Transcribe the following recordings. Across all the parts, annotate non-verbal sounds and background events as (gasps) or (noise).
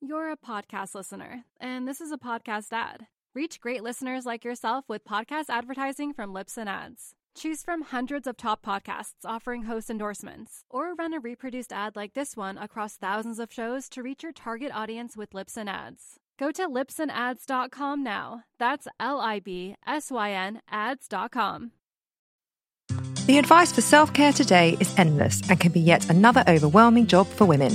You're a podcast listener, and this is a podcast ad. Reach great listeners like yourself with podcast advertising from Lips and Ads. Choose from hundreds of top podcasts offering host endorsements, or run a reproduced ad like this one across thousands of shows to reach your target audience with Lips and Ads. Go to lipsandads.com now. That's L I B S Y N ads.com. The advice for self care today is endless and can be yet another overwhelming job for women.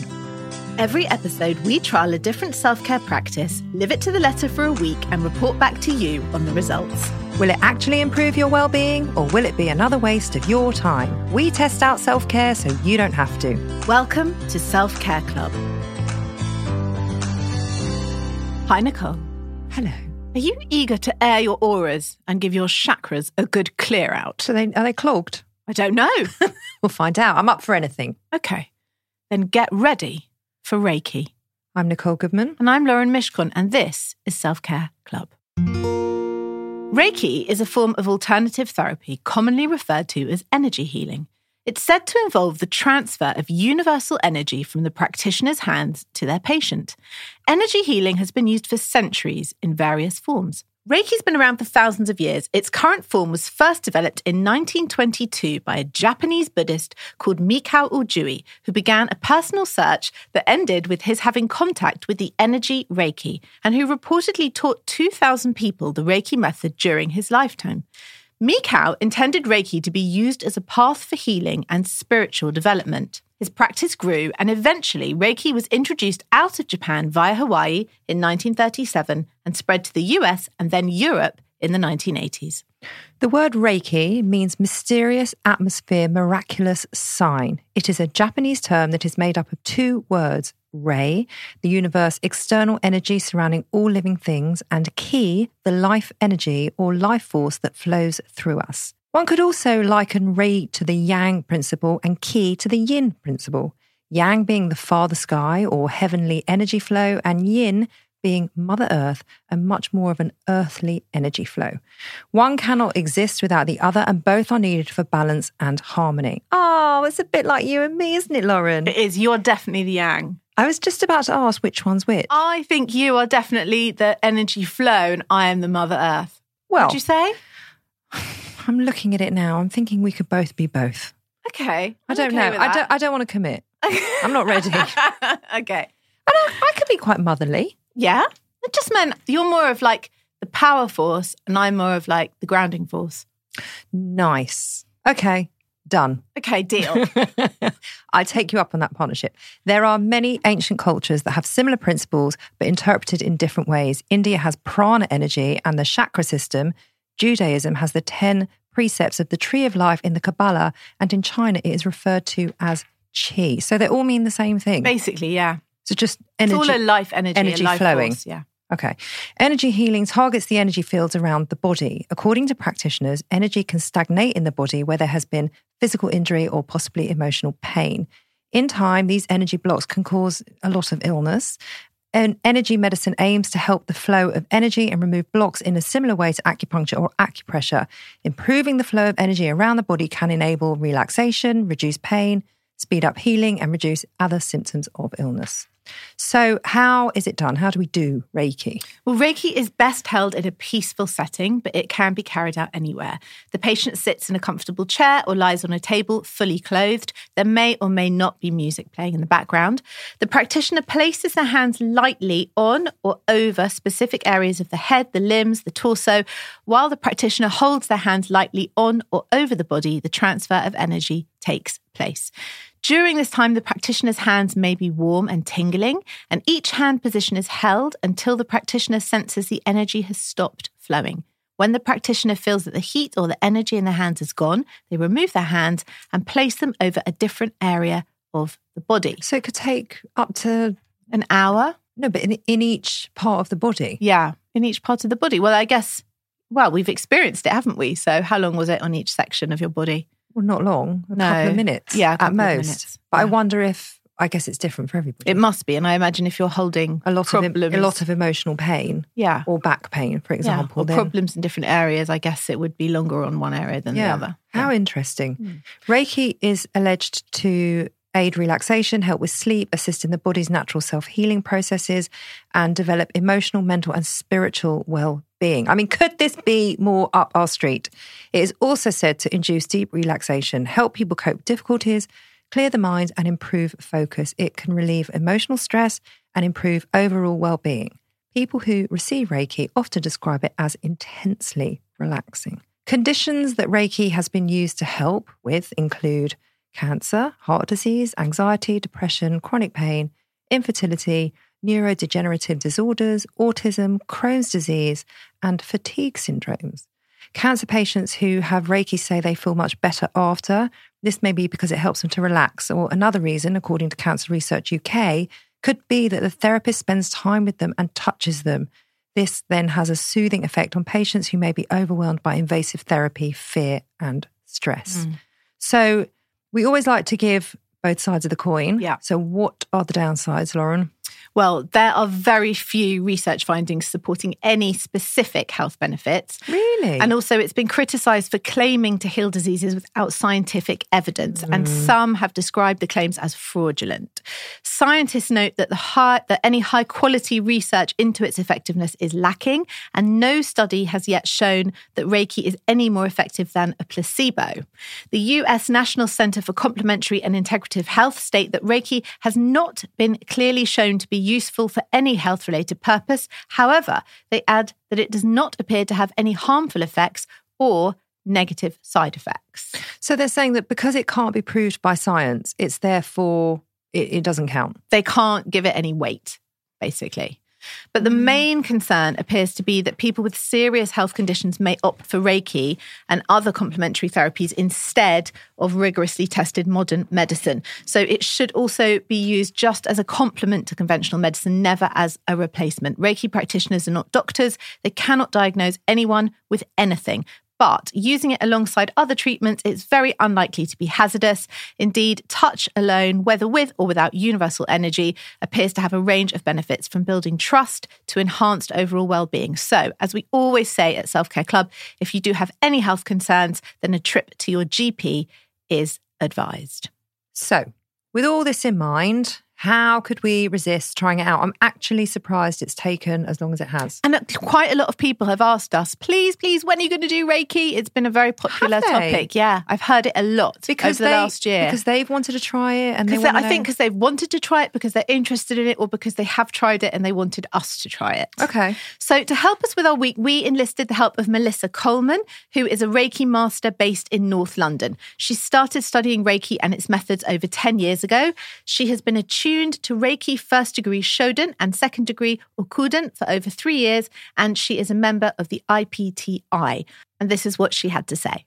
Every episode, we trial a different self care practice, live it to the letter for a week, and report back to you on the results. Will it actually improve your well-being or will it be another waste of your time? We test out self-care so you don't have to. Welcome to Self Care Club. Hi, Nicole. Hello. Are you eager to air your auras and give your chakras a good clear out? So they are they clogged? I don't (laughs) know. We'll find out. I'm up for anything. okay. Then get ready for Reiki. I'm Nicole Goodman. And I'm Lauren Mishkon, and this is Self Care Club. Reiki is a form of alternative therapy commonly referred to as energy healing. It's said to involve the transfer of universal energy from the practitioner's hands to their patient. Energy healing has been used for centuries in various forms. Reiki's been around for thousands of years. Its current form was first developed in 1922 by a Japanese Buddhist called Mikao Ujui, who began a personal search that ended with his having contact with the energy Reiki, and who reportedly taught 2,000 people the Reiki method during his lifetime. Mikao intended Reiki to be used as a path for healing and spiritual development. His practice grew, and eventually, Reiki was introduced out of Japan via Hawaii in 1937 and spread to the US and then Europe in the 1980s. The word Reiki means mysterious atmosphere miraculous sign. It is a Japanese term that is made up of two words, Rei, the universe external energy surrounding all living things, and Ki, the life energy or life force that flows through us. One could also liken Rei to the Yang principle and Ki to the Yin principle. Yang being the father sky or heavenly energy flow, and Yin being Mother Earth and much more of an earthly energy flow. One cannot exist without the other, and both are needed for balance and harmony. Oh, it's a bit like you and me, isn't it, Lauren? It is, you're definitely the yang. I was just about to ask which one's which. I think you are definitely the energy flow, and I am the Mother Earth. Well, Would you say? I'm looking at it now. I'm thinking we could both be both. Okay. I don't know. I don't. I don't want to (laughs) commit. I'm not ready. And I, don't. (laughs) okay. I could be quite motherly. Yeah. It just meant you're more of like the power force and I'm more of like the grounding force. Nice. Okay. Done. (laughs) Okay, deal. I take you up on that partnership. There are many ancient cultures that have similar principles, but interpreted in different ways. India has prana energy and the chakra system. Judaism has the 10 precepts of the tree of life in the Kabbalah. And in China, it is referred to as qi. So they all mean the same thing. Basically, yeah. So just It's energy. all a life energy, energy and life flowing. force. Yeah. Okay. Energy healing targets the energy fields around the body. According to practitioners, energy can stagnate in the body where there has been physical injury or possibly emotional pain. In time, these energy blocks can cause a lot of illness. And energy medicine aims to help the flow of energy and remove blocks in a similar way to acupuncture or acupressure. Improving the flow of energy around the body can enable relaxation, reduce pain, speed up healing, and reduce other symptoms of illness. So, how is it done? How do we do Reiki? Well, Reiki is best held in a peaceful setting, but it can be carried out anywhere. The patient sits in a comfortable chair or lies on a table, fully clothed. There may or may not be music playing in the background. The practitioner places their hands lightly on or over specific areas of the head, the limbs, the torso. While the practitioner holds their hands lightly on or over the body, the transfer of energy takes place. During this time, the practitioner's hands may be warm and tingling, and each hand position is held until the practitioner senses the energy has stopped flowing. When the practitioner feels that the heat or the energy in the hands is gone, they remove their hands and place them over a different area of the body. So, it could take up to An hour? no, but in, in each part of the body. Yeah, in each part of the body. Well, I guess, well, we've experienced it, haven't we? So, how long was it on each section of your body? Well, not long, a No. couple of minutes Yeah, a at couple of most. minutes. But I Yeah. wonder if, I guess it's different for everybody. It must be. And I imagine if you're holding a lot problems, of em- a lot of emotional pain yeah. or back pain, for Yeah, example. or then- problems in different areas, I guess it would be longer on one area than the other. How interesting. Reiki is alleged to aid relaxation, help with sleep, assist in the body's natural self healing processes, and develop emotional, mental, and spiritual well being. I mean, could this be more up our street? It is also said to induce deep relaxation, help people cope with difficulties, clear the mind, and improve focus. It can relieve emotional stress and improve overall well being. People who receive Reiki often describe it as intensely relaxing. Conditions that Reiki has been used to help with include cancer, heart disease, anxiety, depression, chronic pain, infertility, neurodegenerative disorders, autism, Crohn's disease, and fatigue syndromes. Cancer patients who have Reiki say they feel much better after. This may be because it helps them to relax, or another reason, according to Cancer Research UK, could be that the therapist spends time with them and touches them. This then has a soothing effect on patients who may be overwhelmed by invasive therapy, fear, and stress. Mm. So, we always like to give both sides of the coin. Yeah. So, what are the downsides, Lauren? Well, there are very few research findings supporting any specific health benefits. Really? And also, it's been criticised for claiming to heal diseases without scientific evidence, and some have described the claims as fraudulent. Scientists note that the high, that any high quality research into its effectiveness is lacking, and no study has yet shown that Reiki is any more effective than a placebo. The U.S. National Centre for Complementary and Integrative Health state that Reiki has not been clearly shown to be useful for any health related purpose. However, they add that it does not appear to have any harmful effects or negative side effects. so, they're saying that because it can't be proved by science, it's therefore, it, it doesn't count. They can't give it any weight, basically. But the main concern appears to be that people with serious health conditions may opt for Reiki and other complementary therapies instead of rigorously tested modern medicine. So it should also be used just as a complement to conventional medicine, never as a replacement. Reiki practitioners are not doctors, they cannot diagnose anyone with anything. But using it alongside other treatments, it's very unlikely to be hazardous. Indeed, touch alone, whether with or without universal energy, appears to have a range of benefits from building trust to enhanced overall well being. So, as we always say at Self Care Club, if you do have any health concerns, then a trip to your GP is advised. So, with all this in mind, how could we resist trying it out? I'm actually surprised it's taken as long as it has. And quite a lot of people have asked us, please, please, when are you going to do Reiki? It's been a very popular Have they? topic. Yeah, I've heard it a lot over the they- last year. because they've wanted to try it, and they Because they- want I think because they've wanted to try it, because they're interested in it, or because they have tried it and they wanted us to try it. okay, So, to help us with our week, we enlisted the help of Melissa Coleman, who is a Reiki master based in North London. She started studying Reiki and its methods over 10 years ago. She has been attuned to Reiki first degree Shodan and second degree Okuden for over three years, and she is a member of the IPTI. And this is what she had to say.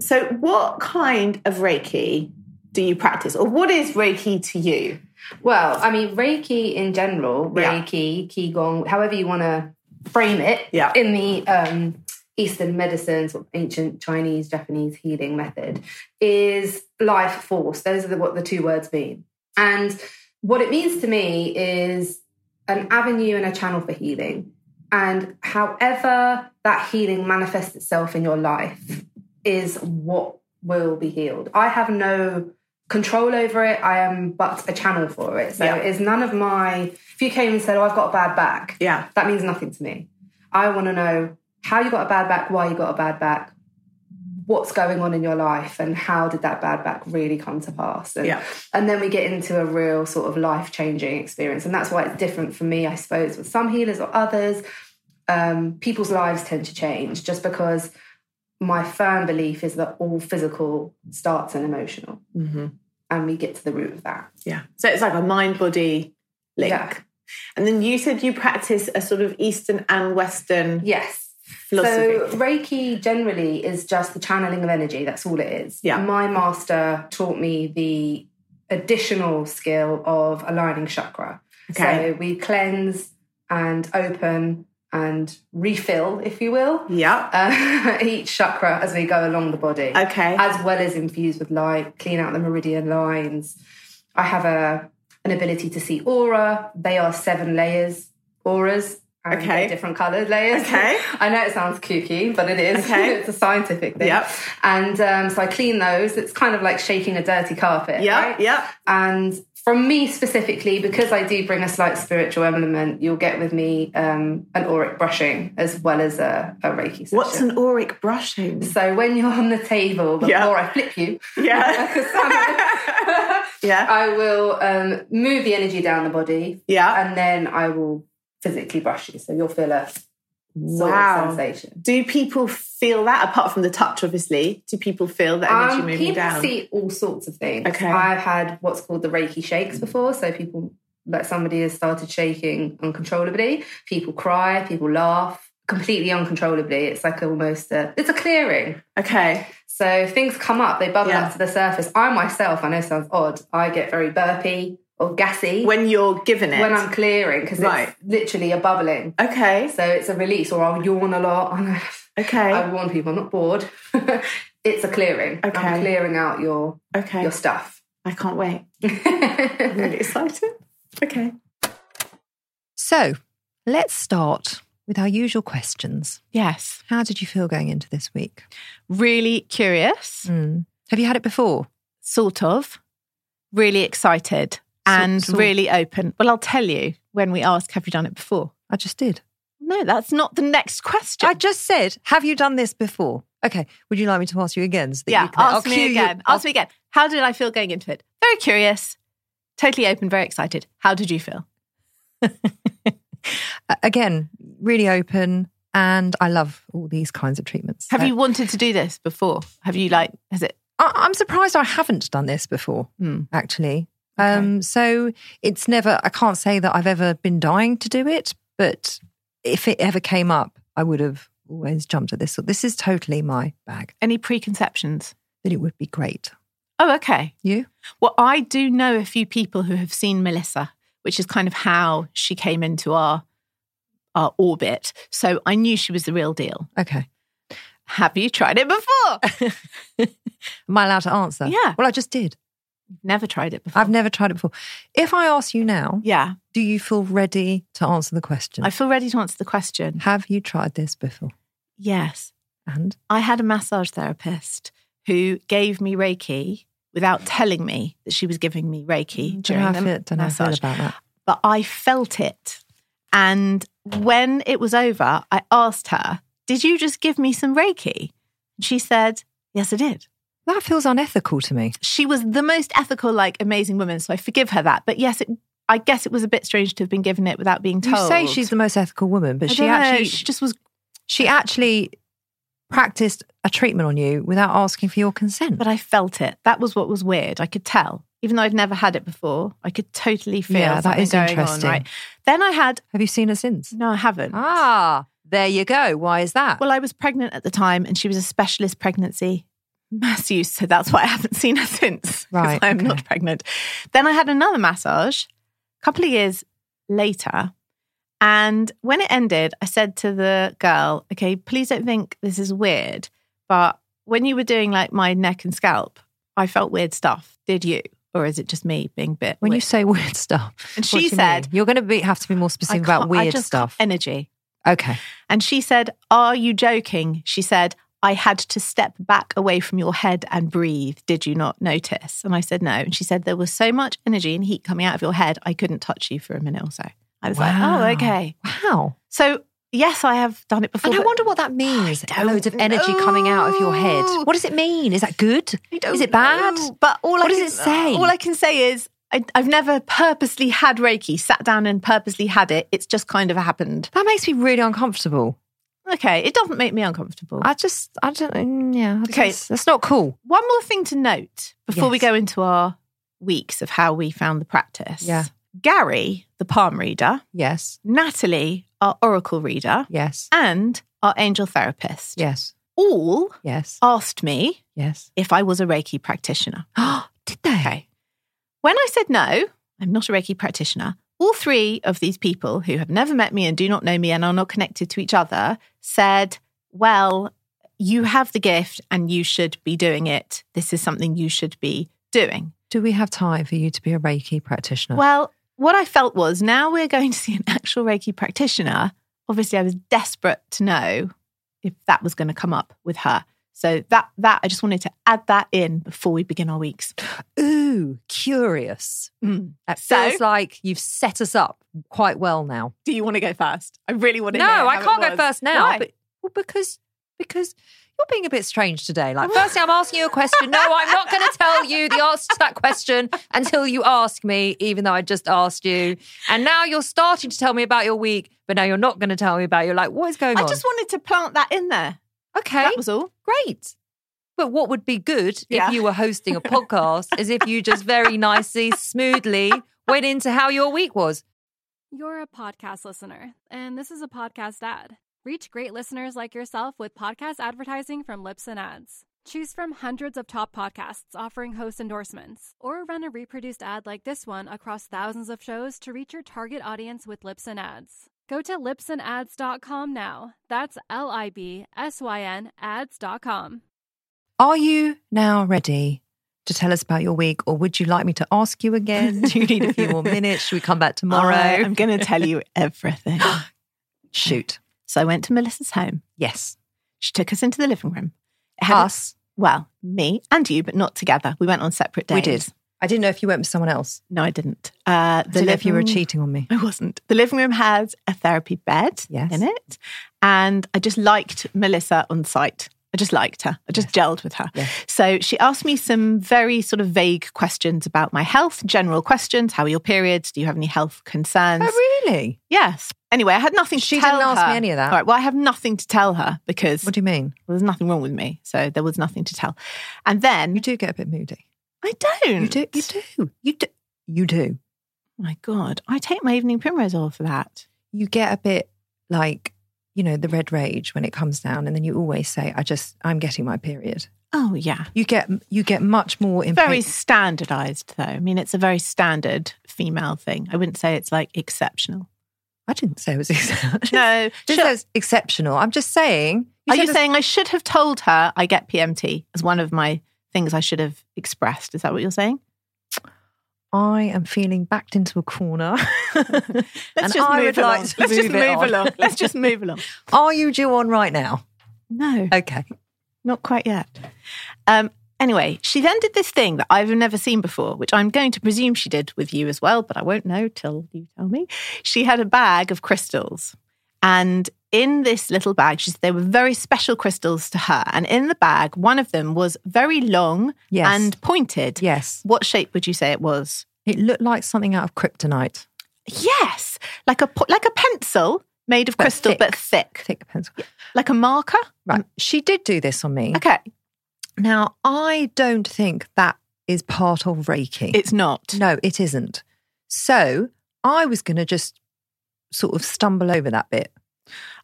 So, what kind of Reiki do you practice, or what is Reiki to you? Well, I mean, Reiki in general, Yeah. Reiki, Qigong, however you want to frame it Yeah. in the um, Eastern medicine, sort of ancient Chinese, Japanese healing method, is life force. Those are the, what the two words mean. And what it means to me is an avenue and a channel for healing. And however that healing manifests itself in your life is what will be healed. I have no control over it. I am but a channel for it. So Yeah. it's none of my. If you came and said, "Oh, I've got a bad back," Yeah, that means nothing to me. I want to know how you got a bad back, why you got a bad back, what's going on in your life, and how did that bad back really come to pass. And, Yeah. and then we get into a real sort of life changing experience. And that's why it's different for me, I suppose, with some healers or others. Um, people's lives tend to change just because my firm belief is that all physical starts and emotional. And we get to the root of that. yeah. So it's like a mind body link. Yeah. And then you said you practice a sort of Eastern and Western. Yes. Philosophy. So Reiki generally is just the channeling of energy. That's all it is. Yeah. My master taught me the additional skill of aligning chakra. Okay. So we cleanse and open and refill, if you will, Yeah. uh, (laughs) each chakra as we go along the body Okay. as well as infuse with light, clean out the meridian lines. I have a an ability to see aura. They are seven layers auras, and Okay. get different coloured layers. Okay. (laughs) I know it sounds kooky, but it is. Okay. (laughs) it's a scientific thing. Yep. And um, so I clean those. It's kind of like shaking a dirty carpet. Yeah, right? yeah. And from me specifically, because I do bring a slight spiritual element, you'll get with me um, an auric brushing as well as a, a Reiki session. What's an auric brushing? so when you're on the table before Yeah. I flip (laughs) you, Yeah. (laughs) (laughs) yeah. I will um, move the energy down the body, Yeah. and then I will physically brush you, so you'll feel a sort of Wow. sensation. Do people feel that apart from the touch, obviously? Do people feel that energy Um, moving people down? see all sorts of things. Okay. I've had what's called the Reiki shakes before, so people like somebody has started shaking uncontrollably. People cry, people laugh completely uncontrollably. It's like almost a, it's a clearing. okay. So things come up, they bubble Yeah. up to the surface. I myself, I know it sounds odd, I get very burpy or gassy When you're given it. when I'm clearing because Right. it's literally a bubbling. okay. So it's a release, or I'll yawn a lot. (laughs) I know. Okay. I warn people, I'm not bored. (laughs) it's a clearing. Okay. I'm clearing out your okay. your stuff. (laughs) I can't wait. I'm really excited. Okay. So let's start with our usual questions. Yes. How did you feel going into this week? Really curious, Mm. Have you had it before? sort of. Really excited and sort- really open. Well, I'll tell you when we ask, have you done it before? I just did. No, that's not the next question. I just said, have you done this before? Okay. Would you like me to ask you again? so that yeah, you can- ask I'll me cue you- again. I'll- ask me again. How did I feel going into it? Very curious, totally open, very excited. How did you feel? a- Uh, again, really open. And I love all these kinds of treatments. Have So you wanted to do this before? Have you like? Has it? I, I'm surprised I haven't done this before, Hmm. actually. Um, so it's never, I can't say that I've ever been dying to do it, but if it ever came up, I would have always jumped at this. So this is totally my bag, Any preconceptions? that it would be great. Oh, okay. You? Well, I do know a few people who have seen Melissa, which is kind of how she came into our our orbit. So I knew she was the real deal. Okay. Have you tried it before? (laughs) Am I allowed to answer? Yeah. Well, I just did. Never tried it before. I've never tried it before. If I ask you now, yeah, do you feel ready to answer the question? I feel ready to answer the question. Have you tried this before? Yes. And I had a massage therapist who gave me Reiki without telling me that she was giving me Reiki don't know during how I the feel, don't know how I feel massage. about that. But I felt it. And when it was over, I asked her, Did you just give me some Reiki? And she said, Yes, I did. That feels unethical to me. She was the most ethical, like amazing woman. So I forgive her that. But yes, it, I guess it was a bit strange to have been given it without being told. You say she's the most ethical woman, but I she don't know, actually she just was she actually practiced a treatment on you without asking for your consent. but I felt it. That was what was weird. I could tell, even though I'd never had it before. I could totally feel Yeah, that something is going interesting. on. Right then, I had Have you seen her since? no, I haven't. Ah, there you go. Why is that? Well, I was pregnant at the time, and she was a specialist pregnancy mass use, so that's why I haven't seen her (laughs) since. 'cause Right, I'm okay. not pregnant. Then I had another massage a couple of years later. And when it ended, I said to the girl, okay, please don't think this is weird, but when you were doing like my neck and scalp, I felt weird stuff. Did you? Or is it just me being a bit? when you weird? say weird stuff, And what she do you mean? said- you're going to be have to be more I specific about can't- I weird just stuff. energy. Okay. And she said, Are you joking? She said, I had to step back away from your head and breathe. Did you not notice? And I said, No. And she said, There was so much energy and heat coming out of your head, I couldn't touch you for a minute or so. I was Wow. like, Oh, okay. Wow. So, yes, I have done it before. And I but wonder what that means. don't Loads of energy coming out of your head. know. What does it mean? Is that good? I don't Is it bad? know. But all I What does can- it say? All I can say is, I, I've never purposely had Reiki, sat down and purposely had it. It's just kind of happened. That makes me really uncomfortable. Okay. It doesn't make me uncomfortable. I just, I don't, mm, yeah. I Okay. just- That's not cool. One more thing to note before we Yes. go into our weeks of how we found the practice. Yeah. Gary, the palm reader, Yes. Natalie, our oracle reader, Yes. and our angel therapist Yes. all Yes. asked me Yes. if I was a Reiki practitioner. (gasps) Did they? Okay. When I said no, I'm not a Reiki practitioner, all three of these people who have never met me and do not know me and are not connected to each other said, Well, you have the gift and you should be doing it. This is something you should be doing. Do we have time for you to be a Reiki practitioner? Well, what I felt was now we're going to see an actual Reiki practitioner. obviously I was desperate to know if that was going to come up with her. So that that I just wanted to add that in before we begin our weeks. Ooh, curious. Mm. That So? feels like you've set us up quite well now. Do you want to go first? I really want to. No, know I how it can't go was. first now. Why? But, well, because because you're being a bit strange today. (laughs) Like, firstly, I'm asking you a question. No, I'm not going (laughs) to tell you the answer to that question until you ask me, even though I just asked you. And now you're starting to tell me about your week, but now you're not going to tell me about. You're like, what is going I on? just wanted to plant that in there. okay, That was all. great. But what would be good Yeah. if you were (laughs) hosting a podcast is if you just very nicely, smoothly went into how your week was. You're a podcast listener, and this is a podcast ad. Reach great listeners like yourself with podcast advertising from Lips and Ads. Choose from hundreds of top podcasts offering host endorsements, or run a reproduced ad like this one across thousands of shows to reach your target audience with Lips and Ads. Go to lipsandads.com now. That's L I B S Y N ads.com. Are you now ready to tell us about your week, or would you like me to ask you again? Do you need a few (laughs) more minutes? Should we come back tomorrow? I am going to (laughs) tell you everything. Shoot. so I went to Melissa's home. Yes. She took us into the living room. It had a- Us. well, me and you, but not together. We went on separate days. We did. I didn't know if you went with someone else. No, I didn't. Uh, I didn't know if you were living- cheating on me. I wasn't. The living room had a therapy bed Yes. in it. And I just liked Melissa on site. I just liked her. I just gelled with her. Yes. So she asked me some very sort of vague questions about my health, general questions. How are your periods? Do you have any health concerns? Oh, really? Yes. Anyway, I had nothing to She tell didn't ask her. me any of that. All right. Well, I have nothing to tell her because What do you mean? there's nothing wrong with me. So there was nothing to tell. And then You do get a bit moody. I don't. You do. You do. You do. You do. My God. I take my evening primrose oil for that. You get a bit like, you know, the red rage when it comes down, and then you always say, "I just, I'm getting my period." Oh, yeah. You get, you get much more. Impa- very standardized though i mean it's a very standard female thing i wouldn't say it's like exceptional I didn't say it was. (laughs) Ex- no This sure. is exceptional. I'm just saying. are you said- saying i should have told her i get pmt as one of my things i should have expressed is that what you're saying I am feeling backed into a corner? (laughs) let's And just I move would along like to let's just move it move on. (laughs) along let's just move along Are you due on right now? no Okay. not quite yet um Anyway, she then did this thing that I've never seen before, which I'm going to presume she did with you as well, but I won't know till you tell me. She had a bag of crystals. And in this little bag, she said they were very special crystals to her. And in the bag, one of them was very long Yes. and pointed. Yes. What shape would you say it was? It looked like something out of kryptonite. Yes, like a po- like a pencil made of But crystal, thick. but thick, Thick pencil. like a marker. Right. She did do this on me. Mm. Okay, Now, I don't think that is part of Reiki. it's not. no, it isn't. So I was going to just sort of stumble over that bit.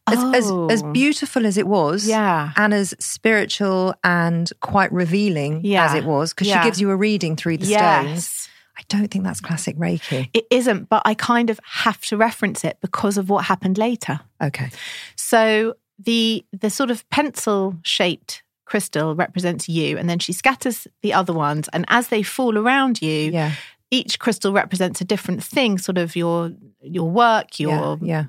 As, Oh. as, as beautiful as it was. Yeah, And as spiritual and quite revealing Yeah. as it was, because Yeah. she gives you a reading through the stones. yes. I don't think that's classic Reiki. It isn't, but I kind of have to reference it because of what happened later. Okay. So the the sort of pencil shaped crystal represents you, and then she scatters the other ones, and as they fall around you, Yeah. each crystal represents a different thing, sort of your your work, your yeah, yeah.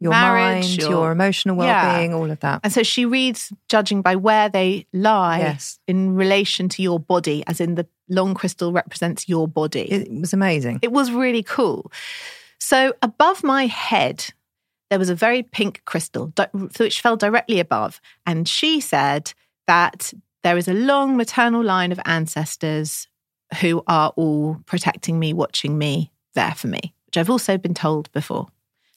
your marriage, mind, your, your- emotional Yeah. well-being, all of that. and so she reads judging by where they lie Yes. in relation to your body, as in the long crystal represents your body. It was amazing. It was really cool. So above my head, there was a very pink crystal di- which fell directly above. And she said that there is a long maternal line of ancestors who are all protecting me, watching me, there for me, which I've also been told before.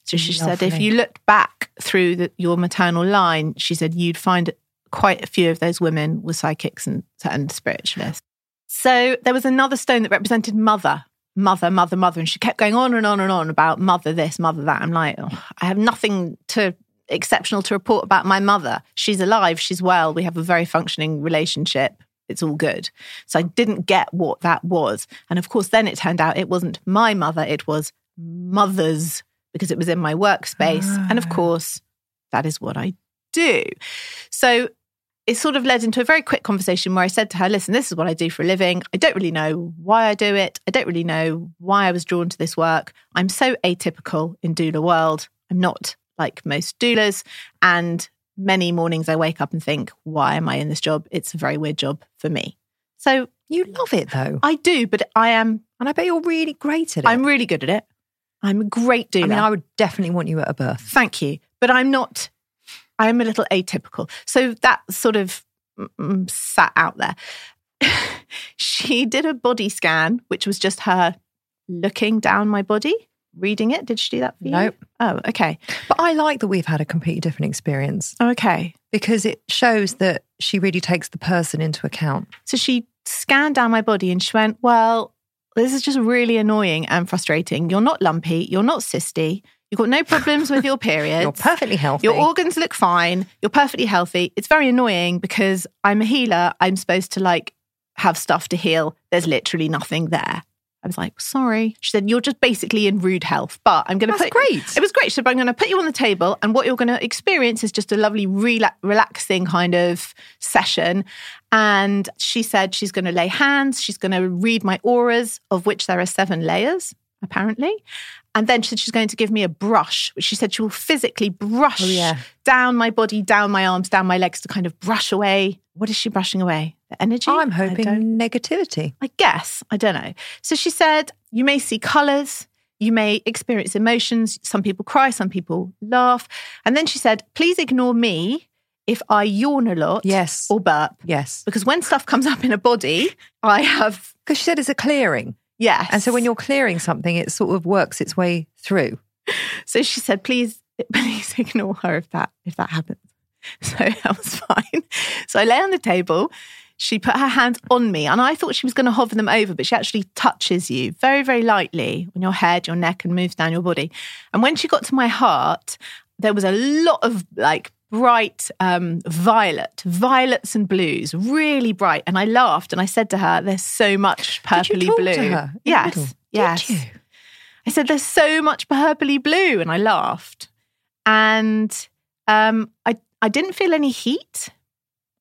So she said, if Lovely. you looked back through the, your maternal line, she said you'd find quite a few of those women were psychics and, and spiritualists. So there was another stone that represented mother, mother, mother, mother. And she kept going on and on and on about mother this, mother that. I'm like, "Oh, I have nothing to exceptional to report about my mother. She's alive, she's well, we have a very functioning relationship. It's all good. So I didn't get what that was. And of course, then it turned out it wasn't my mother, it was mother's because it was in my workspace. And of Ah. course, that is what I do. So it sort of led into a very quick conversation where I said to her, Listen, this is what I do for a living. I don't really know why I do it. I don't really know why I was drawn to this work. I'm so atypical in doula world. I'm not like most doulas. And many mornings I wake up and think, why am I in this job? It's a very weird job for me. So You love it though. I do, but I am, And I bet you're really great at it. I'm really good at it. I'm a great doula. I mean, I would definitely want you at a birth. Thank you. But I'm not, I'm a little atypical. So that sort of mm, mm, sat out there. (laughs) she did a body scan, which was just her looking down my body, reading it. Did she do that for you? Nope. Oh, okay. But I like that we've had a completely different experience Okay. because it shows that she really takes the person into account. So she scanned down my body and she went, Well, this is just really annoying and frustrating. You're not lumpy. You're not cysty. You've got no problems (laughs) with your periods. You're perfectly healthy. Your organs look fine. You're perfectly healthy. It's very annoying because I'm a healer. I'm supposed to like have stuff to heal. There's literally nothing there. I was like, sorry. She said, you're just basically in rude health, but I'm going to That's put. great. It was great. She said, but I'm going to put you on the table, and what you're going to experience is just a lovely, rela- relaxing kind of session. And she said she's going to lay hands. She's going to read my auras, of which there are seven layers, apparently. And then she said she's going to give me a brush, which she said she will physically brush Oh, yeah. down my body, down my arms, down my legs to kind of brush away. What is she brushing away? The energy? I'm I hoping don't- negativity. I guess. I don't know. So she said, you may see colors, you may experience emotions. Some people cry, some people laugh. And then she said, please ignore me if I yawn a lot Yes. or burp. Yes. Because when stuff comes up in a body, I have, Because she said it's a clearing. yes. And so when you're clearing something, it sort of works its way through. So she said, please, please (laughs) ignore her if that if that happens. (laughs) So that was fine. So I lay on the table. She put her hands on me, and I thought she was going to hover them over, but she actually touches you very, very lightly on your head, your neck, and moves down your body. And when she got to my heart, there was a lot of like bright um, violet, violets and blues, really bright. And I laughed and I said to her, "There's so much purpley Did you talk blue." to her? in the yes, middle? Did yes. you? I said, "There's so much purpley blue," and I laughed. And um, I I didn't feel any heat.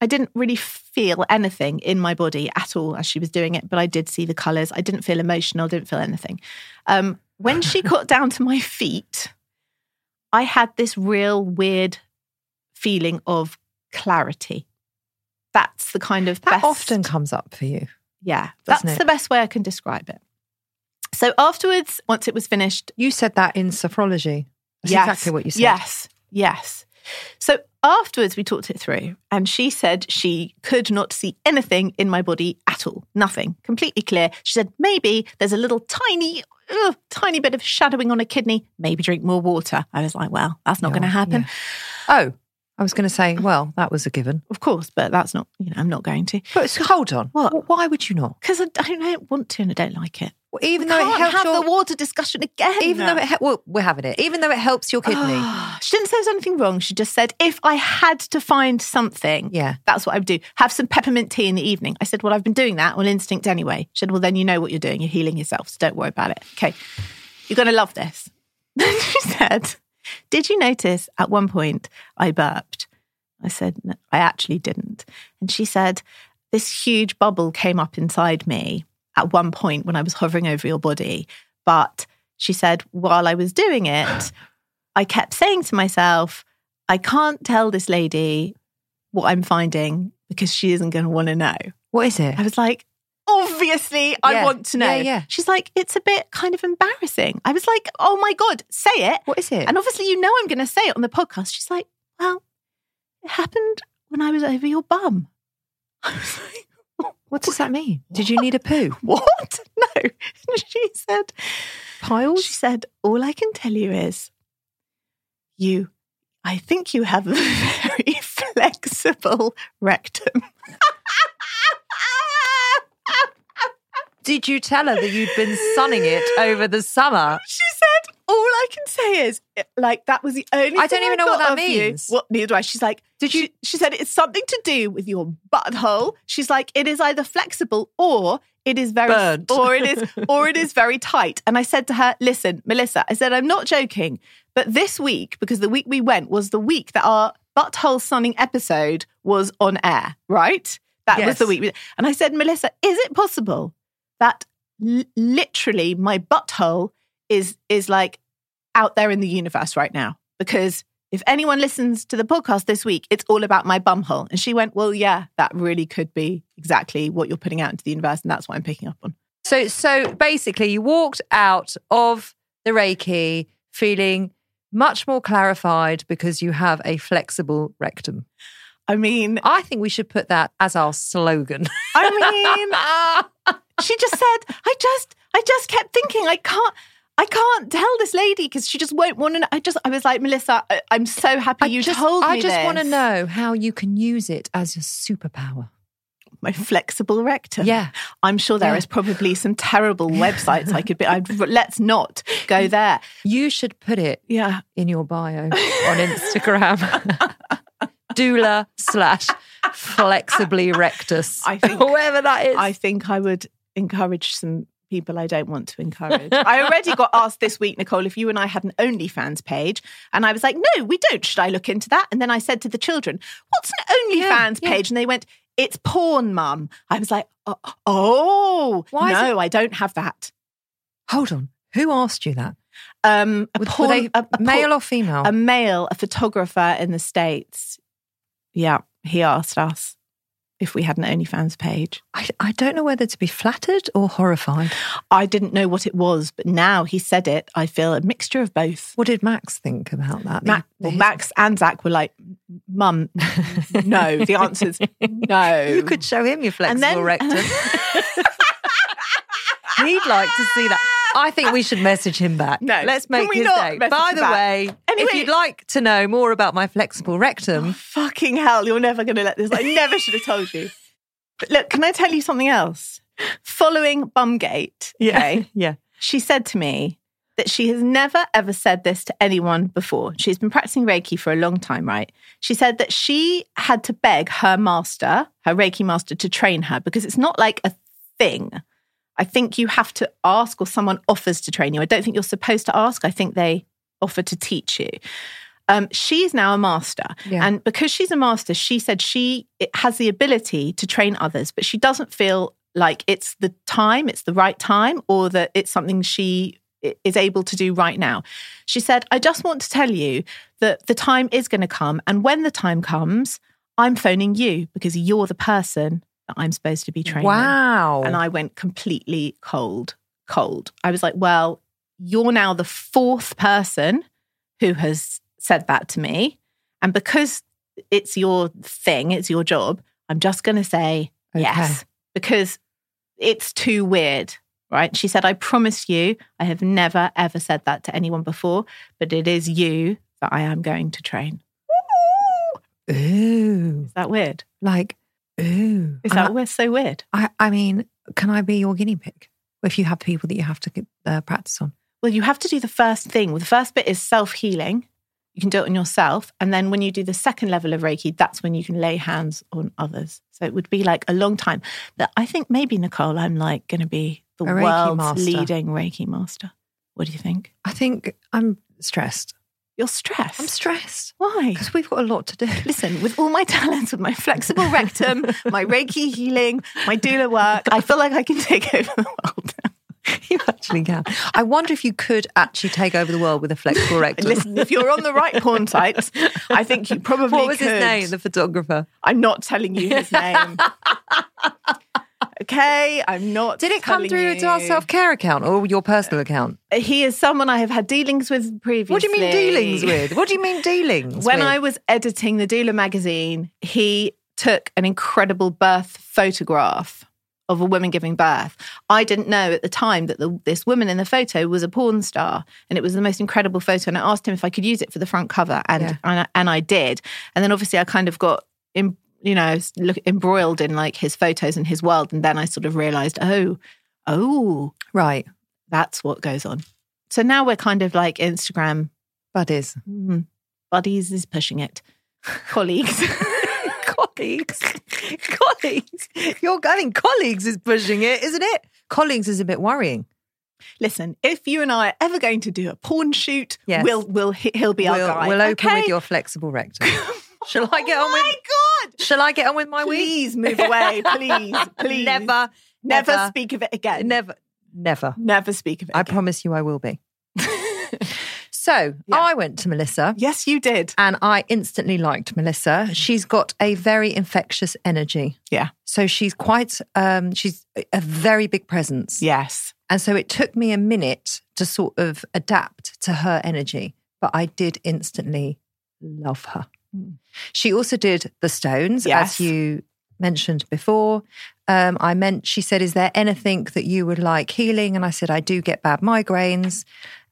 I didn't really feel anything in my body at all as she was doing it, but I did see the colours. I didn't feel emotional. Didn't feel anything. Um, (laughs) when she got down to my feet, I had this real weird feeling of clarity. That's the kind of That best often comes up for you. yeah. doesn't That's it? the best way I can describe it. So afterwards, once it was finished, You said that in sophrology. That's exactly what you said. Yes, yes. So afterwards, we talked it through, and she said she could not see anything in my body at all. Nothing, completely clear. She said maybe there's a little tiny, ugh, tiny bit of shadowing on a kidney. Maybe drink more water. I was like, well, that's not Yeah, going to happen, yeah. Oh, I was going to say, well, that was a given. of course. But that's not, you know, I'm not going to But so hold on. What? Wh- Why would you not? because I, I don't want to and I don't like it. Well, even We though it can't helps have your, the water discussion again. even though it he- well, we're having it. Even though it helps your kidney. (gasps) (gasps) she didn't say there was anything wrong. She just said if I had to find something, yeah. That's what I would do. Have some peppermint tea in the evening. I said, Well, I've been doing that on instinct anyway. She said, Well, then you know what you're doing. You're healing yourself. So don't worry about it. Okay. You're going to love this. (laughs) Then she said, Did you notice at one point I burped? I said, No, I actually didn't. And she said, This huge bubble came up inside me at one point when I was hovering over your body. But she said, While I was doing it, I kept saying to myself, I can't tell this lady what I'm finding because she isn't going to want to know. What is it? I was like, obviously, I Yeah. want to know. Yeah, yeah. She's like, it's a bit kind of embarrassing. I was like, oh my God, say it. What is it? And obviously, you know, I'm going to say it on the podcast. She's like, well, it happened when I was over your bum. (laughs) I was like, what does that mean? Did you need a poo? what? (laughs) No. she said, Piles? she said, all I can tell you is you, I think you have a (laughs) very flexible rectum. (laughs) Did you tell her that you'd been sunning it over the summer? She said, "All I can say is, like, that was the only." I don't thing even know got what that of you." means. Well, neither do I. She's like, Did she- you- She, said it's something to do with your butthole. She's like, it is either flexible or it is very, Burnt. or (laughs) it is, or it is very tight. And I said to her, "Listen, Melissa," I said, "I'm not joking, but this week, because the week we went was the week that our butthole sunning episode was on air, right? That was Yes. the week." we- and I said, "Melissa, is it possible that l- literally my butthole is is like out there in the universe right now because if anyone listens to the podcast this week, it's all about my bumhole. And she went, well, yeah, that really could be exactly what you're putting out into the universe. And that's what I'm picking up on. So, so basically, you walked out of the Reiki feeling much more clarified because you have a flexible rectum. I mean, I think we should put that as our slogan. I Ah, mean, she just said, I just, I just kept thinking, I can't. I can't tell this lady because she just won't want to. Know. I just, I was like, Melissa, I, am so happy you just, told (laughs) me. I just this. want to know how you can use it as a superpower. my flexible rectum. Yeah. I'm sure there Yeah. is probably some terrible websites I could be. I'd, let's not (laughs) go there. You should put it Yeah, in your bio on (laughs) Instagram. Doula slash flexibly rectus. I (laughs) think- whoever that is. I think I would encourage some people I don't want to encourage. I already (laughs) got asked this week, Nicole, if you and I had an OnlyFans page, and I was like, no, we don't. Should I look into that? And then I said to the children, what's an OnlyFans yeah. page? And they went. It's porn, mum. I was like, oh, oh Why is no, I don't have that. Hold on. Who asked you that? Um, a Were- were porn, they a- a male porn- or female? a male, a photographer in the States. Yeah, he asked us if we had an OnlyFans page. I, I don't know whether to be flattered or horrified. I didn't know what it was, but now he said it, I feel a mixture of both. What did Max think about that? Ma- well, Max and Zach were like, Mum, (laughs) no. The answer's no. (laughs) you could show him your flexible rectum. (laughs) He'd like to see that. I think we should message him back. No, let's can make we his not day. message By him the back? way, if Anyway- you'd like to know more about my flexible (laughs) rectum, Fucking hell, you're never going to let this. I never should have told you. But look, can I tell you something else? Following Bumgate, okay, (laughs) yeah, she said to me that she has never ever said this to anyone before. She's been practicing Reiki for a long time, right? She said that she had to beg her master, her Reiki master, to train her because it's not like a thing. I think you have to ask or someone offers to train you. I don't think you're supposed to ask. I think they offer to teach you. Um, she's now a master. Yeah. And because she's a master, she said she it has the ability to train others, but she doesn't feel like it's the time, it's the right time, or that it's something she i- is able to do right now. She said, I just want to tell you that the time is going to come. And when the time comes, I'm phoning you because you're the person that I'm supposed to be training. wow. And I went completely cold, cold. I was like, well, you're now the fourth person who has said that to me. And because it's your thing, it's your job, I'm just going to say Okay. yes because it's too weird. Right. She said, I promise you, I have never, ever said that to anyone before, but it is you that I am going to train. ooh, Is that weird? like ooh. And Is that we're so weird? I, I mean, can I be your guinea pig if you have people that you have to uh, practice on? Well, you have to do the first thing. Well, the first bit is self healing. You can do it on yourself. And then when you do the second level of Reiki, that's when you can lay hands on others. So it would be like a long time. But I think maybe, Nicole, I'm like going to be the A Reiki world's master. leading Reiki master. What do you think? I think I'm stressed. You're stressed. I'm stressed (laughs) Why? because we've got a lot to do. Listen, with all my talents, with my flexible rectum, my Reiki healing, my doula work, I feel like I can take over the world. (laughs) You actually can. I wonder if you could actually take over the world with a (laughs) flexible rectum. Listen, if you're on the right porn sites, I think you probably what was his could. name? The photographer. I'm not telling you (laughs) his name. okay, I'm not. Did it come telling through you. to our self care account or your personal account? He is someone I have had dealings with previously. What do you mean dealings with? What do you mean dealings? When with? I was editing the Doula magazine, he took an incredible birth photograph of a woman giving birth. I didn't know at the time that the, this woman in the photo was a porn star, and it was the most incredible photo. And I asked him if I could use it for the front cover, and Yeah. and, I, and I did. And then obviously I kind of got. Im- you know, s- look, embroiled in like his photos and his world, and then I sort of realized, oh, oh, right that's what goes on. So now we're kind of like Instagram buddies, Mm. Buddies is pushing it. (laughs) Colleagues. (laughs) (laughs) colleagues, colleagues. You're I think colleagues is pushing it, isn't it? Colleagues is a bit worrying. Listen, if you and I are ever going to do a porn shoot, Yes. we'll we'll he- he'll be we'll, our guy. we'll open okay? with your flexible (laughs) rectum. Shall I get on Oh with? my god! Shall I get on with my week? Please (laughs) move away. Please, please. Never, never, never. speak of it again. never, never. never speak of it. I (laughs) again. promise you, I will be. so So I went to Melissa. Yes, you did. And I instantly liked Melissa. She's got a very infectious energy. Yeah. So she's quite, um, she's a very big presence. Yes. And so it took me a minute to sort of adapt to her energy, but I did instantly love her. She also did the Stones, Hmm. Yes. as you mentioned before. Um, I meant, she said, Is there anything that you would like healing? And I said, I do get bad migraines.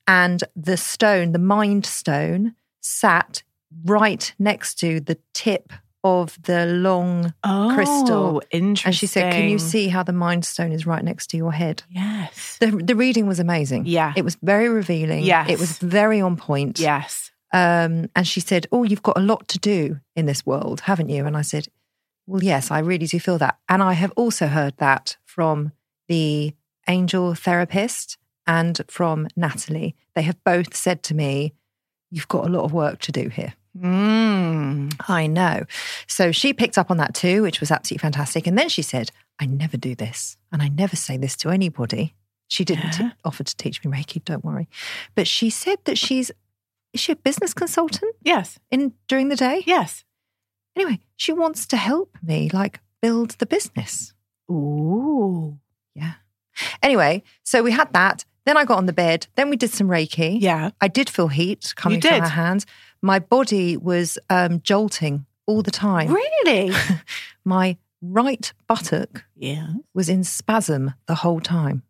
And the stone, the mind stone, sat right next to the tip of the long. Oh, Crystal. Interesting. And she said, Can you see how the mind stone is right next to your head? Yes. The, the reading was amazing. Yeah. It was very revealing. Yes. It was very on point. Yes. Um, and she said, Oh, you've got a lot to do in this world, haven't you? And I said, Well, yes, I really do feel that. And I have also heard that from the angel therapist and from Natalie. They have both said to me, You've got a lot of work to do here. Mm. I know. So she picked up on that too, which was absolutely fantastic. And then she said, I never do this and I never say this to anybody. She didn't Yeah. offer to teach me Reiki, don't worry. But she said that she's is she a business consultant Yes. in during the day? Yes. Anyway, she wants to help me like build the business. Ooh. Anyway, so we had that. Then I got on the bed. Then we did some Reiki. Yeah. I did feel heat coming did. from her hands. My body was um, jolting all the time. Really? My right buttock yeah. (laughs) was in spasm the whole time.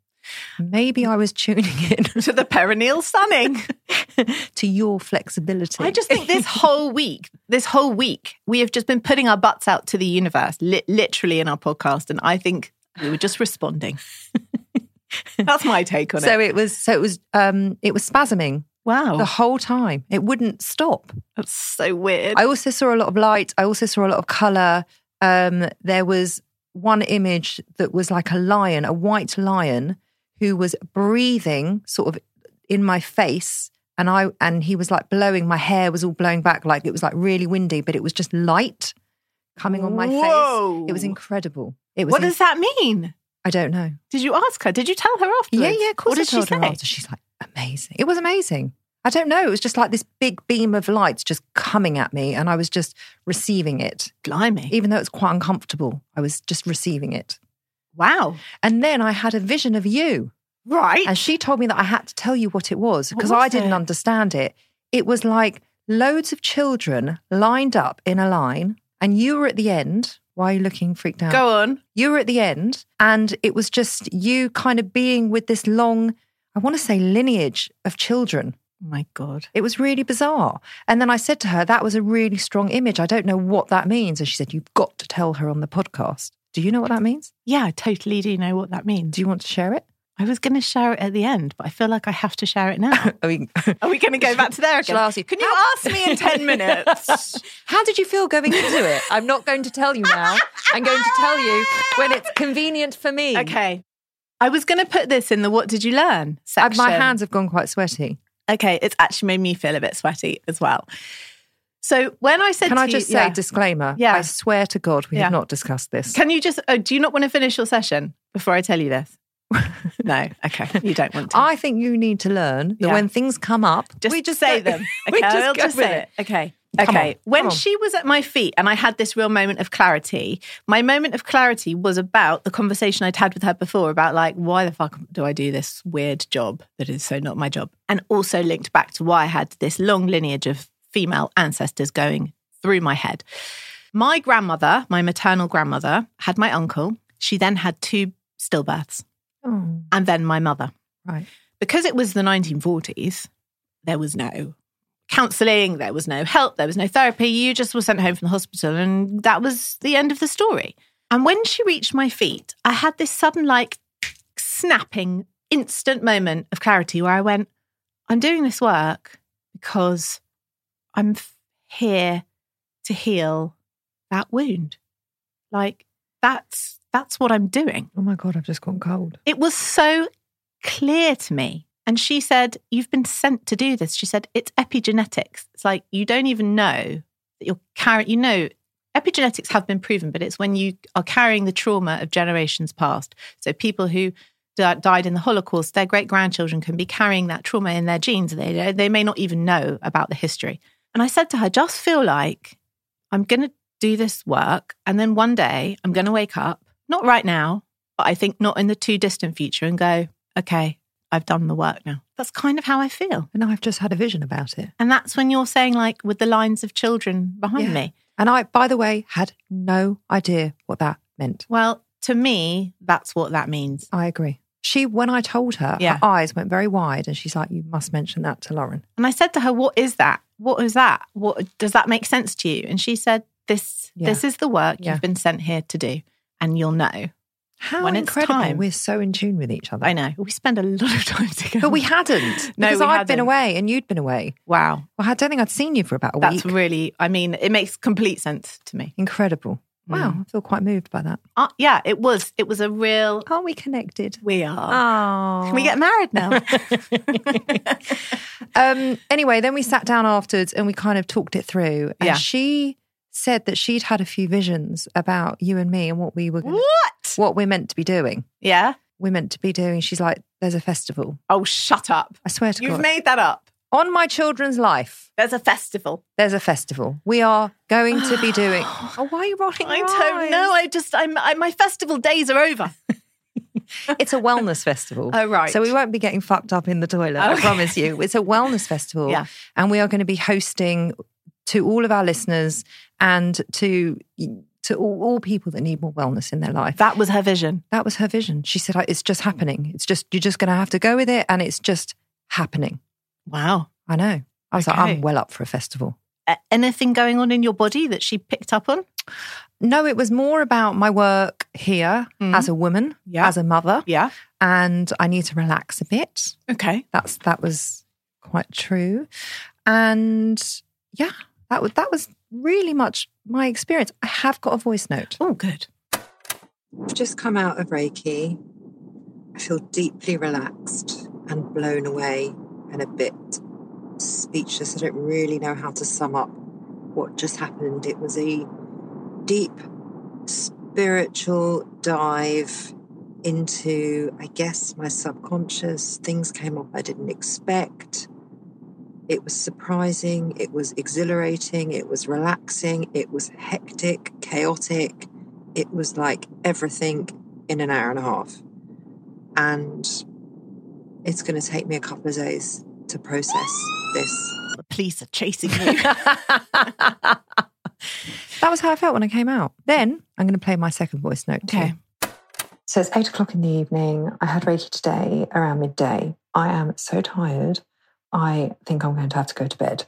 Maybe I was tuning in (laughs) To the perineal sunning. to your flexibility. I just think this whole week, this whole week, we have just been putting our butts out to the universe, li- literally in our podcast, and I think we were just responding. (laughs) That's my take on so it. Oh. it was so it was um it was spasming Wow, the whole time. It wouldn't stop. that's so weird. I also saw a lot of light. I also saw a lot of color. Um, there was one image that was like a lion, a white lion, who was breathing sort of in my face, and I and he was like blowing. My hair was all blowing back, like it was like really windy, but it was just light coming on my Whoa. face. It was incredible. It was. what in- does that mean? I don't know. Did you ask her? Did you tell her Yeah, afterwards? yeah. Of course, What I did she told say? her after. She's like amazing. It was amazing. I don't know. It was just like this big beam of light just coming at me, and I was just receiving it Blimey! even though it's quite uncomfortable, I was just receiving it. Wow. And then I had a vision of you. Right. And she told me that I had to tell you what it was What because was I didn't it? understand it. It was like loads of children lined up in a line, and you were at the end. Why are you looking freaked out? Go on. You were at the end, and it was just you kind of being with this long, I want to say, lineage of children. Oh my God. It was really bizarre. And then I said to her, that was a really strong image. I don't know what that means. And she said, you've got to tell her on the podcast. Do you know what that means? Yeah, I totally do know what that means. Do you want to share it? I was going to share it at the end, but I feel like I have to share (laughs) it now. I mean, Are we going to go back to there again? Shall I ask you- (laughs) Can you ask me in 10 minutes? how did you feel going into it? I'm not going to tell you now. I'm going to tell you when it's convenient for me. Okay. I was going to put this in the what did you learn And section. my hands have gone quite sweaty. Okay, it's actually made me feel a bit sweaty as well. So when I said Can to I you- just say, yeah. disclaimer? Yeah. I swear to God, we Yeah. have not discussed this. Can you just oh, do you not want to finish your session before I tell you this? (laughs) no. Okay. You don't want to. I think you need to learn that Yeah. when things come up, just we just say go- (laughs) them. (laughs) we Okay, just I'll go just with say it. it. Okay. Come okay. on, when come on. she was at my feet and I had this real moment of clarity, my moment of clarity was about the conversation I'd had with her before about like, why the fuck do I do this weird job that is so not my job? And also linked back to why I had this long lineage of female ancestors going through my head. My grandmother, my maternal grandmother, had my uncle. She then had two stillbirths Oh, and then my mother right. because it was the 1940s, there was no counseling, there was no help, there was no therapy. You just were sent home from the hospital, and that was the end of the story. And when she reached my feet, I had this sudden, like, snapping, instant moment of clarity where I went, I'm doing this work because I'm f- here to heal that wound. Like, that's that's what I'm doing Oh my God, I've just gone cold. it was so clear to me. And she said, You've been sent to do this. She said, It's epigenetics. It's like you don't even know that you're carrying, you know, epigenetics have been proven, but it's when you are carrying the trauma of generations past. So people who di- died in the Holocaust, their great grandchildren can be carrying that trauma in their genes. They, they may not even know about the history. And I said to her, just feel like I'm going to do this work. And then one day I'm going to wake up, not right now, but I think not in the too distant future, and go, okay, I've done the work now. That's kind of how I feel. And I've just had a vision about it. And that's when you're saying, like, with the lines of children behind Yeah. me. And I, by the way, had no idea what that meant. Well, to me, that's what that means. I agree. She, when I told her, Yeah. her eyes went very wide and she's like, you must mention that to Lauren. And I said to her, "What is that? What is that? What does that make sense to you?" And she said, "This Yeah. this is the work Yeah. you've been sent here to do, and you'll know." How When it's incredible. time. We're so in tune with each other. I know we spend a lot of (laughs) time together, But we hadn't. (laughs) No, because we i had been hadn't. away and you'd been away. wow, Well, I don't think I'd seen you for about a that's week. really. I mean, it makes complete sense to me. Incredible. Wow. Mm. I feel quite moved by that. Uh, yeah, it was. It was a real. Aren't we connected? We are. Oh. Can we get married (laughs) now? um, anyway, then we sat down afterwards and we kind of talked it through. And Yeah. she said that she'd had a few visions about you and me and what we were gonna, what? what we're meant to be doing. Yeah. We're meant to be doing. She's like, there's a festival. Oh, shut up! I swear to You've God. made that up. On my children's life, There's a festival. there's a festival. We are going to be (gasps) doing. (gasps) Oh, why are you rolling? I your don't eyes? know. I just. I'm. I, my festival days are over. It's a wellness (laughs) festival. Oh, right. So we won't be getting fucked up in the toilet, I (laughs) Okay. promise you. It's a wellness festival. Yeah. And we are going to be hosting to all of our listeners and to to all, all people that need more wellness in their life. That was her vision. That was her vision. She said, "I- it's just happening. It's just, you're just going to have to go with it. And it's just happening. Wow. I know. I was like, Okay. I'm well up for a festival. a- anything going on in your body that she picked up on? No, it was more about my work here Mhm. as a woman, Yeah. as a mother, Yeah. and I need to relax a bit. Okay. that's that was quite true and yeah that was that was really much my experience i have got a voice note Oh, good. i've just come out of reiki i feel deeply relaxed and blown away and a bit speechless i don't really know how to sum up what just happened it was a deep spiritual dive into, I guess, my subconscious. Things came up I didn't expect. It was surprising, it was exhilarating, it was relaxing, it was hectic, chaotic. It was like everything in an hour and a half. And it's going to take me a couple of days to process this. The police are chasing (laughs) you. that was how I felt when I came out. Then I'm going to play my second voice note. Okay. So it's eight o'clock in the evening. I had Reiki today around midday. I am so tired. I think I'm going to have to go to bed.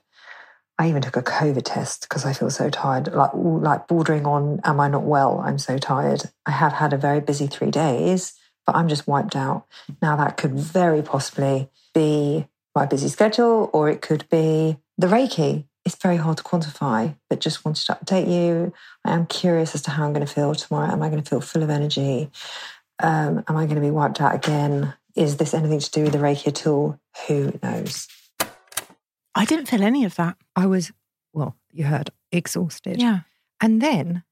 I even took a COVID test because I feel so tired, like ooh, like bordering on. Am I not well? I'm so tired. I have had a very busy three days, but I'm just wiped out. Now that could very possibly be my busy schedule, or it could be the Reiki. It's very hard to quantify, but just wanted to update you. I am curious as to how I'm going to feel tomorrow. Am I going to feel full of energy? Um, am I going to be wiped out again? Is this anything to do with the Reiki at all? Who knows? I didn't feel any of that. I was, well, you heard, exhausted. Yeah. And then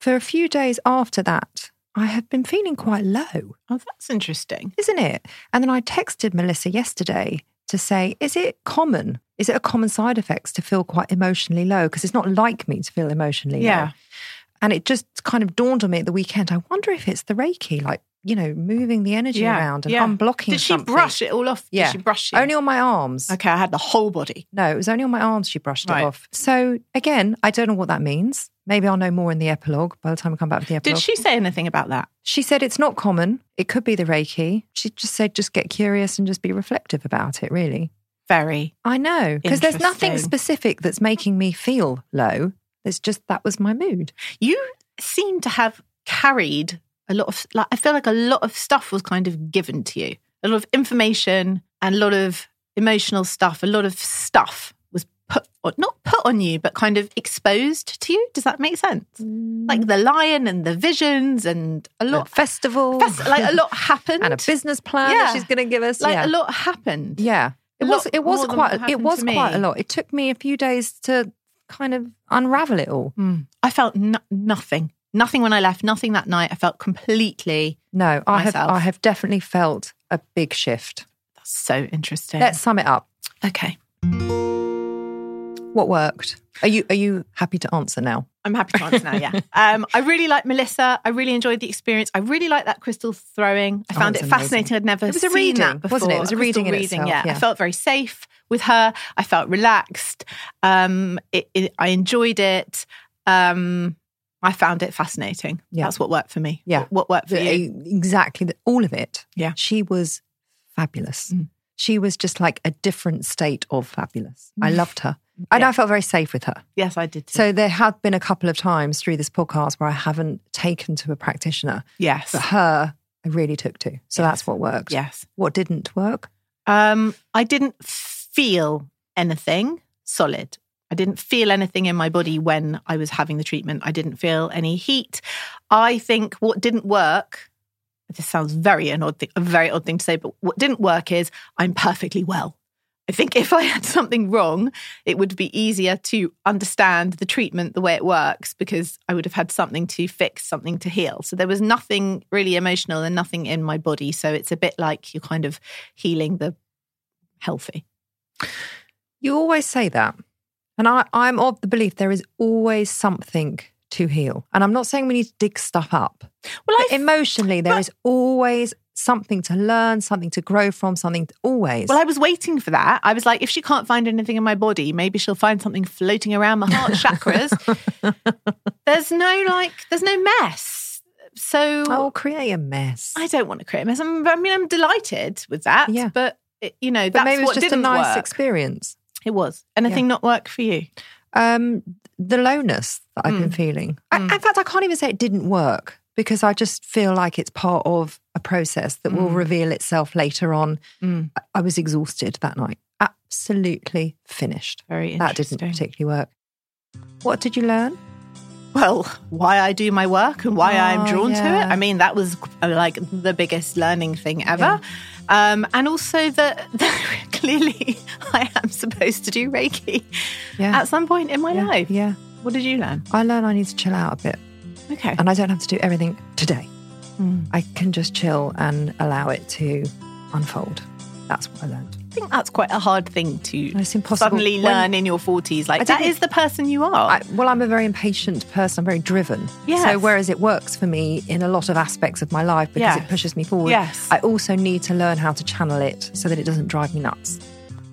for a few days after that, I have been feeling quite low, Oh, that's interesting. isn't it? And then I texted Melissa yesterday to say, is it common? Is it a common side effects to feel quite emotionally low? Because it's not like me to feel emotionally low. Yeah. And it just kind of dawned on me at the weekend. I wonder if it's the Reiki, like, you know, moving the energy Yeah, around and yeah. unblocking Did she something. brush it all off? Yeah. Did she brush it? Only on my arms. okay, I had the whole body. No, it was only on my arms she brushed Right. it off. So again, I don't know what that means. Maybe I'll know more in the epilogue by the time we come back with the epilogue. Did she say anything about that? She said it's not common. It could be the Reiki. She just said just get curious and just be reflective about it, really. Very. I know, because there's nothing Interesting. specific that's making me feel low. It's just that was my mood. You seem to have carried a lot of, like, I feel like a lot of stuff was kind of given to you. A lot of information and a lot of emotional stuff, a lot of stuff was put, on, not put on you, but kind of exposed to you. Does that make sense? like the lion and the visions and a a lot festival. fest- like a lot (laughs) happened and a business plan that Yeah. she's going to give us. like yeah. a lot happened Yeah. It A was lot it was more than what quite it happened was to me. quite a lot. It took me a few days to kind of unravel it all. Mm. i felt no- nothing nothing when i left nothing that night i felt completely No, I have Myself. I have definitely felt a big shift. That's so interesting. Let's sum it up. okay. What worked? Are you are you happy to answer now? I'm happy to answer now. (laughs) Yeah. Um, I really like Melissa. I really enjoyed the experience. I really like that crystal throwing. I Oh, found it's it amazing. fascinating. I'd never It was a seen that reading, before. wasn't it? It was a crystal reading in itself, yeah. yeah. I felt very safe with her. I felt relaxed. Um, it, it, I enjoyed it. Um, I found it fascinating. Yeah. That's what worked for me. Yeah. What, what worked for you? Exactly, the- all of it. Yeah. she was fabulous. Mm. She was just like a different state of fabulous. I Mm. loved her, and I felt very safe with her. Yes, I did. Too. So there have been a couple of times through this podcast where I haven't taken to a practitioner, yes. but her I really took to. So that's what worked. Yes. What didn't work? Um, I didn't feel anything solid. I didn't feel anything in my body when I was having the treatment. I didn't feel any heat. I think what didn't work. This sounds very an odd, thing, a very odd thing to say, but what didn't work is I'm perfectly well. I think if I had something wrong, it would be easier to understand the treatment, the way it works, because I would have had something to fix, something to heal. So there was nothing really emotional and nothing in my body. So it's a bit like you're kind of healing the healthy. You always say that. And I, I'm of the belief there is always something to heal. And I'm not saying we need to dig stuff up. Well, But I, emotionally, there is always something to learn, something to grow from, something always. well, I was waiting for that. I was like, if she can't find anything in my body, maybe she'll find something floating around my heart chakras. (laughs) There's no like, there's no mess. So oh, create a mess. I don't want to create a mess. I'm, I mean, I'm delighted with that. Yeah. But, it, you know, but that's maybe it what was just a didn't nice work. experience. It was. Anything not work for you? Um, the lowness that I've been Mm. feeling. I, in fact, I can't even say it didn't work because I just feel like it's part of a process that Mm. will reveal itself later on. I, I was exhausted that night, absolutely finished. Very That didn't interesting. particularly work. What did you learn? Well, why I do my work and why I'm Oh, drawn to yeah. it. I mean, that was uh, like the biggest learning thing ever. Um, and also that, (laughs) that clearly (laughs) I am supposed to do Reiki Yeah. at some point in my yeah, life. Yeah. What did you learn? I learned I need to chill out a bit Okay. and I don't have to do everything today. Mm. I can just chill and allow it to unfold. That's what I learned. I think that's quite a hard thing to It's impossible. suddenly When- learn in your 40s. I Like, that didn't- is the person you are. I, well, I'm a very impatient person. I'm very driven. Yes. So whereas it works for me in a lot of aspects of my life because it Yes. pushes me forward, Yes. I also need to learn how to channel it so that it doesn't drive me nuts.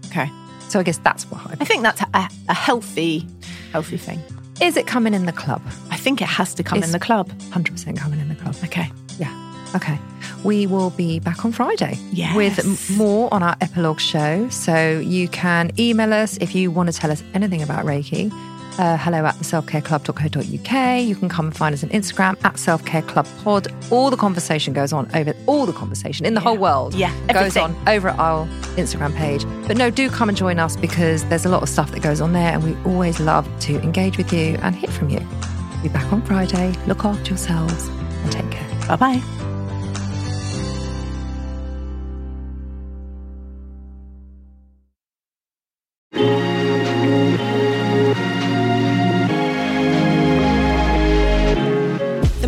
okay. So I guess that's what I I. think that's a, a healthy, healthy thing. Is it coming in the club? I think it has to come It's- in the club. 100% coming in the club. Okay. Yeah. Okay. We will be back on Friday Yes. with m- more on our epilogue show. So you can email us if you want to tell us anything about Reiki. Uh, hello at the selfcareclub.co.uk. You can come and find us on Instagram at selfcareclubpod. All the conversation goes on over all the conversation in the whole world. Yeah, goes everything. on over at our Instagram page. But no, do come and join us because there's a lot of stuff that goes on there, and we always love to engage with you and hear from you. Be back on Friday. Look after yourselves and take care. Bye bye. The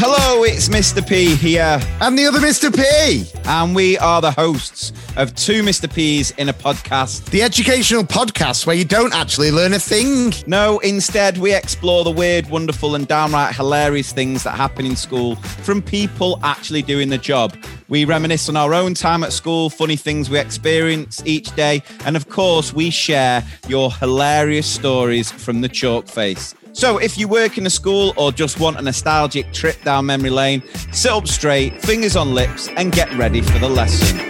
Hello, it's Mr. P here, I'm the other Mr. P, and we are the hosts of Two Mr. P's in a podcast. the educational podcast where you don't actually learn a thing. No, instead, we explore the weird, wonderful, and downright hilarious things that happen in school from people actually doing the job. We reminisce on our own time at school, funny things we experience each day, and of course, we share your hilarious stories from the chalk face. So, if you work in a school or just want a nostalgic trip down memory lane, sit up straight, fingers on lips, and get ready for the lesson.